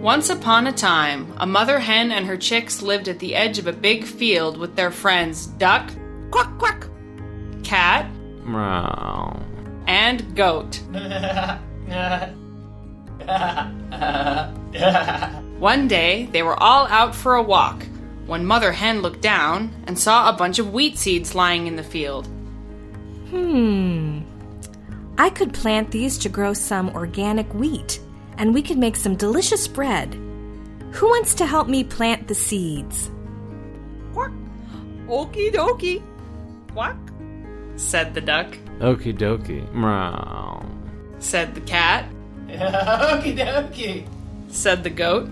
Once upon a time, a mother hen and her chicks lived at the edge of a big field with their friends duck, quack quack, cat, Meow. and goat. One day, they were all out for a walk when Mother Hen looked down and saw a bunch of wheat seeds lying in the field. Hmm. I could plant these to grow some organic wheat, and we could make some delicious bread. Who wants to help me plant the seeds? Quack. Okie dokie. Quack. Said the duck. Okie dokie. Meow. Said the cat. Okie dokie. Said the goat.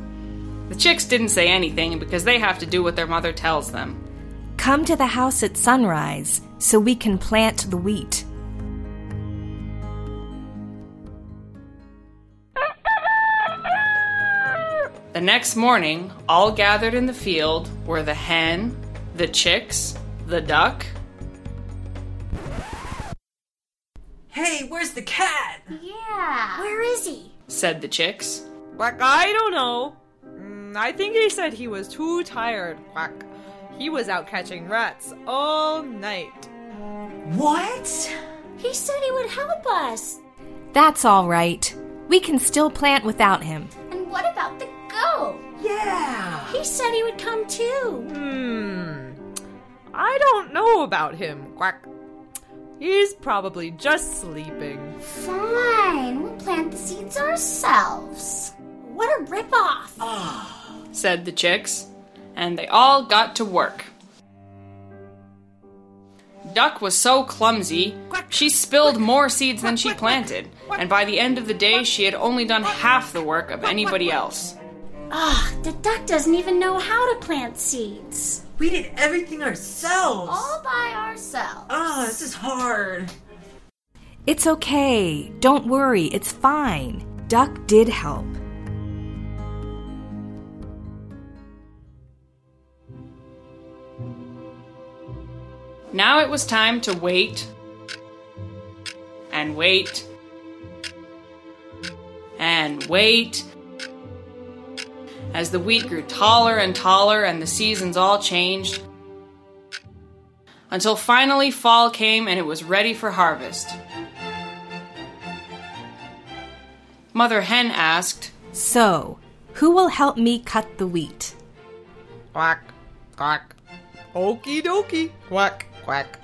The chicks didn't say anything because they have to do what their mother tells them. Come to the house at sunrise so we can plant the wheat. The next morning, all gathered in the field were the hen, the chicks, the duck, Hey, where's the cat? Yeah. Where is he? said the chicks, Quack, I don't know. Mm, I think he said he was too tired. Quack. He was out catching rats all night. What? He said he would help us. That's all right. We can still plant without him. And what about the goat? Yeah. He said he would come too. Hmm. I don't know about him. Quack. He's probably just sleeping. Fine, we'll plant the seeds ourselves. What a ripoff! said the chicks, and they all got to work. Duck was so clumsy, she spilled more seeds than she planted, and by the end of the day, she had only done half the work of anybody else. Ugh, the duck doesn't even know how to plant seeds. We did everything ourselves. All by ourselves. Oh, this is hard. It's okay. Don't worry. It's fine. Duck did help. Now it was time to wait and wait and wait. As the wheat grew taller and taller and the seasons all changed, until finally fall came and it was ready for harvest. Mother Hen asked, So, who will help me cut the wheat? Quack. Quack. Okie dokie. Quack. Quack.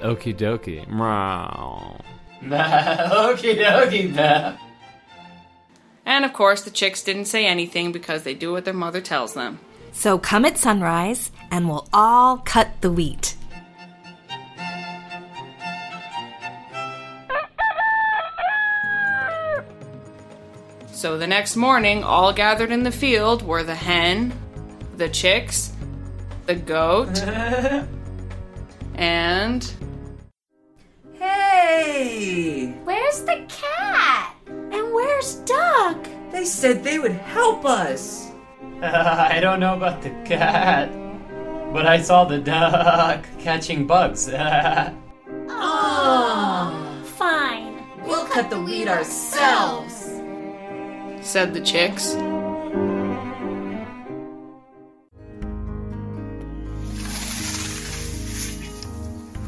Okie dokie. Meow. Okie dokie, nah. and of course the chicks didn't say anything because they do what their mother tells them. So, come at sunrise and we'll all cut the wheat. So the next morning, all gathered in the field were the hen, the chicks, the goat, and Hey. Where's the cat? And where's Duck? They said they would help us. I don't know about the cat, but I saw the duck catching bugs. Fine. We'll cut the wheat ourselves. said the chicks.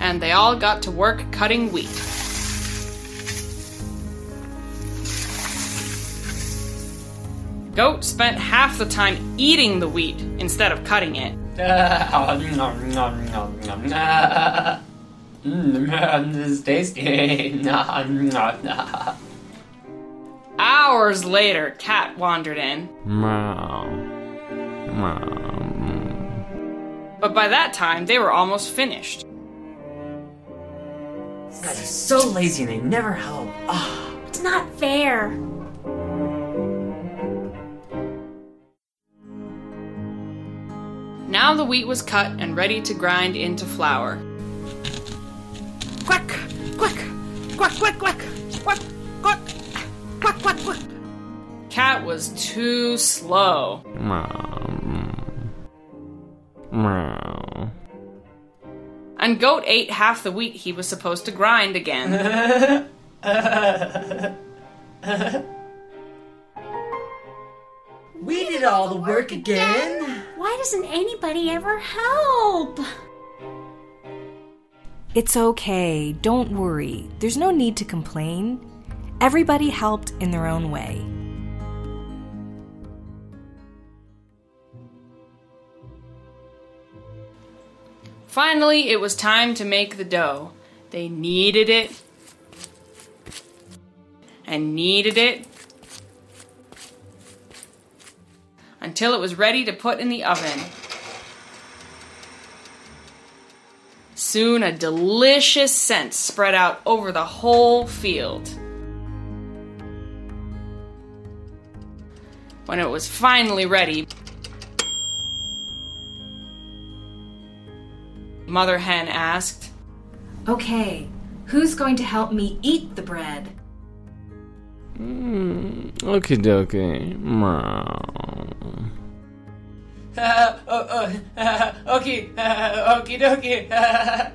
And they all got to work cutting wheat. Goat spent half the time eating the wheat instead of cutting it. Mmm, this is tasty. Nah, nah, nah. Hours later, Cat wandered in, Meow. Meow. but by that time they were almost finished. God, they're so lazy and they never help. Ah. It's not fair. Now the wheat was cut and ready to grind into flour. Quack. Quack. Quack. Quack. Quack. Quack. Quack. Quack. Quack. Quack. Cat was too slow. Meow. Meow. And Goat ate half the wheat he was supposed to grind again. We did all the work again. Why doesn't anybody ever help? It's okay, don't worry. There's no need to complain. Everybody helped in their own way. Finally, it was time to make the dough. They kneaded it and kneaded it until it was ready to put in the oven. Soon a delicious scent spread out over the whole field. When it was finally ready, Mother Hen asked, Okay, who's going to help me eat the bread? Okie dokie. Meow. Uh, uh, uh, okay, uh, okie dokie.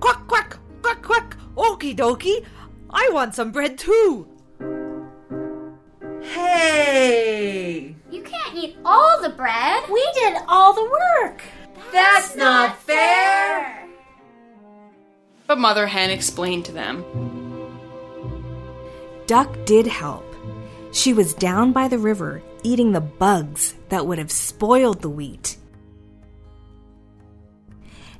Quack, quack, quack, quack. Okie dokie. I want some bread too. Hey! You can't eat all the bread. We did all the work. That's not fair! but Mother Hen explained to them. Duck did help. She was down by the river eating the bugs that would have spoiled the wheat.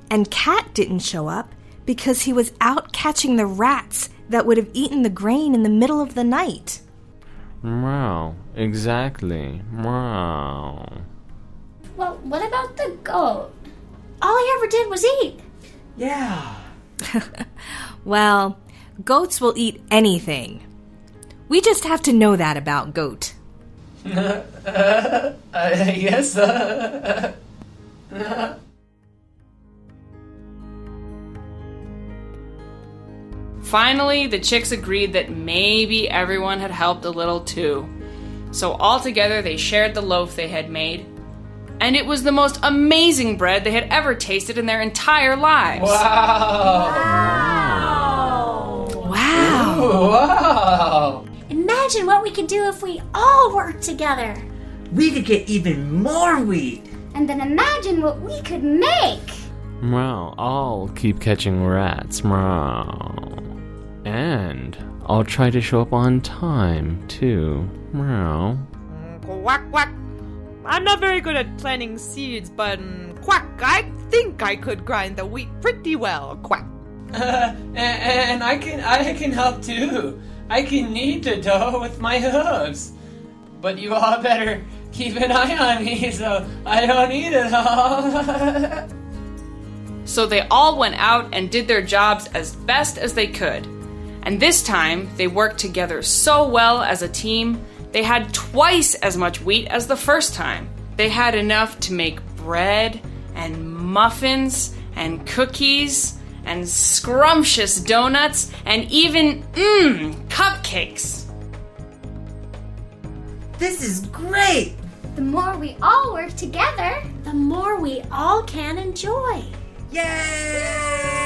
And Cat didn't show up because he was out catching the rats that would have eaten the grain in the middle of the night. Meow. Exactly. Meow. Well, what about the goat? All he ever did was eat. Yeah. Well, goats will eat anything. We just have to know that about goat. Uh, yes, uh, Finally, the chicks agreed that maybe everyone had helped a little too. So all together they shared the loaf they had made, and it was the most amazing bread they had ever tasted in their entire lives. wow, Wow! wow. Imagine what we could do if we all worked together. We could get even more wheat. And then imagine what we could make. Meow. I'll keep catching rats. Meow. And I'll try to show up on time, too. Meow. Quack, quack. I'm not very good at planting seeds, but mm, quack, I think I could grind the wheat pretty well. Quack. Uh, and, and I can I can help too. I can knead the dough with my hooves. But you all better keep an eye on me so I don't eat it all. So they all went out and did their jobs as best as they could. And this time, they worked together so well as a team, they had twice as much wheat as the first time. They had enough to make bread and muffins and cookies and scrumptious donuts and even, mmm, cupcakes. This is great! The more we all work together, the more we all can enjoy. Yay!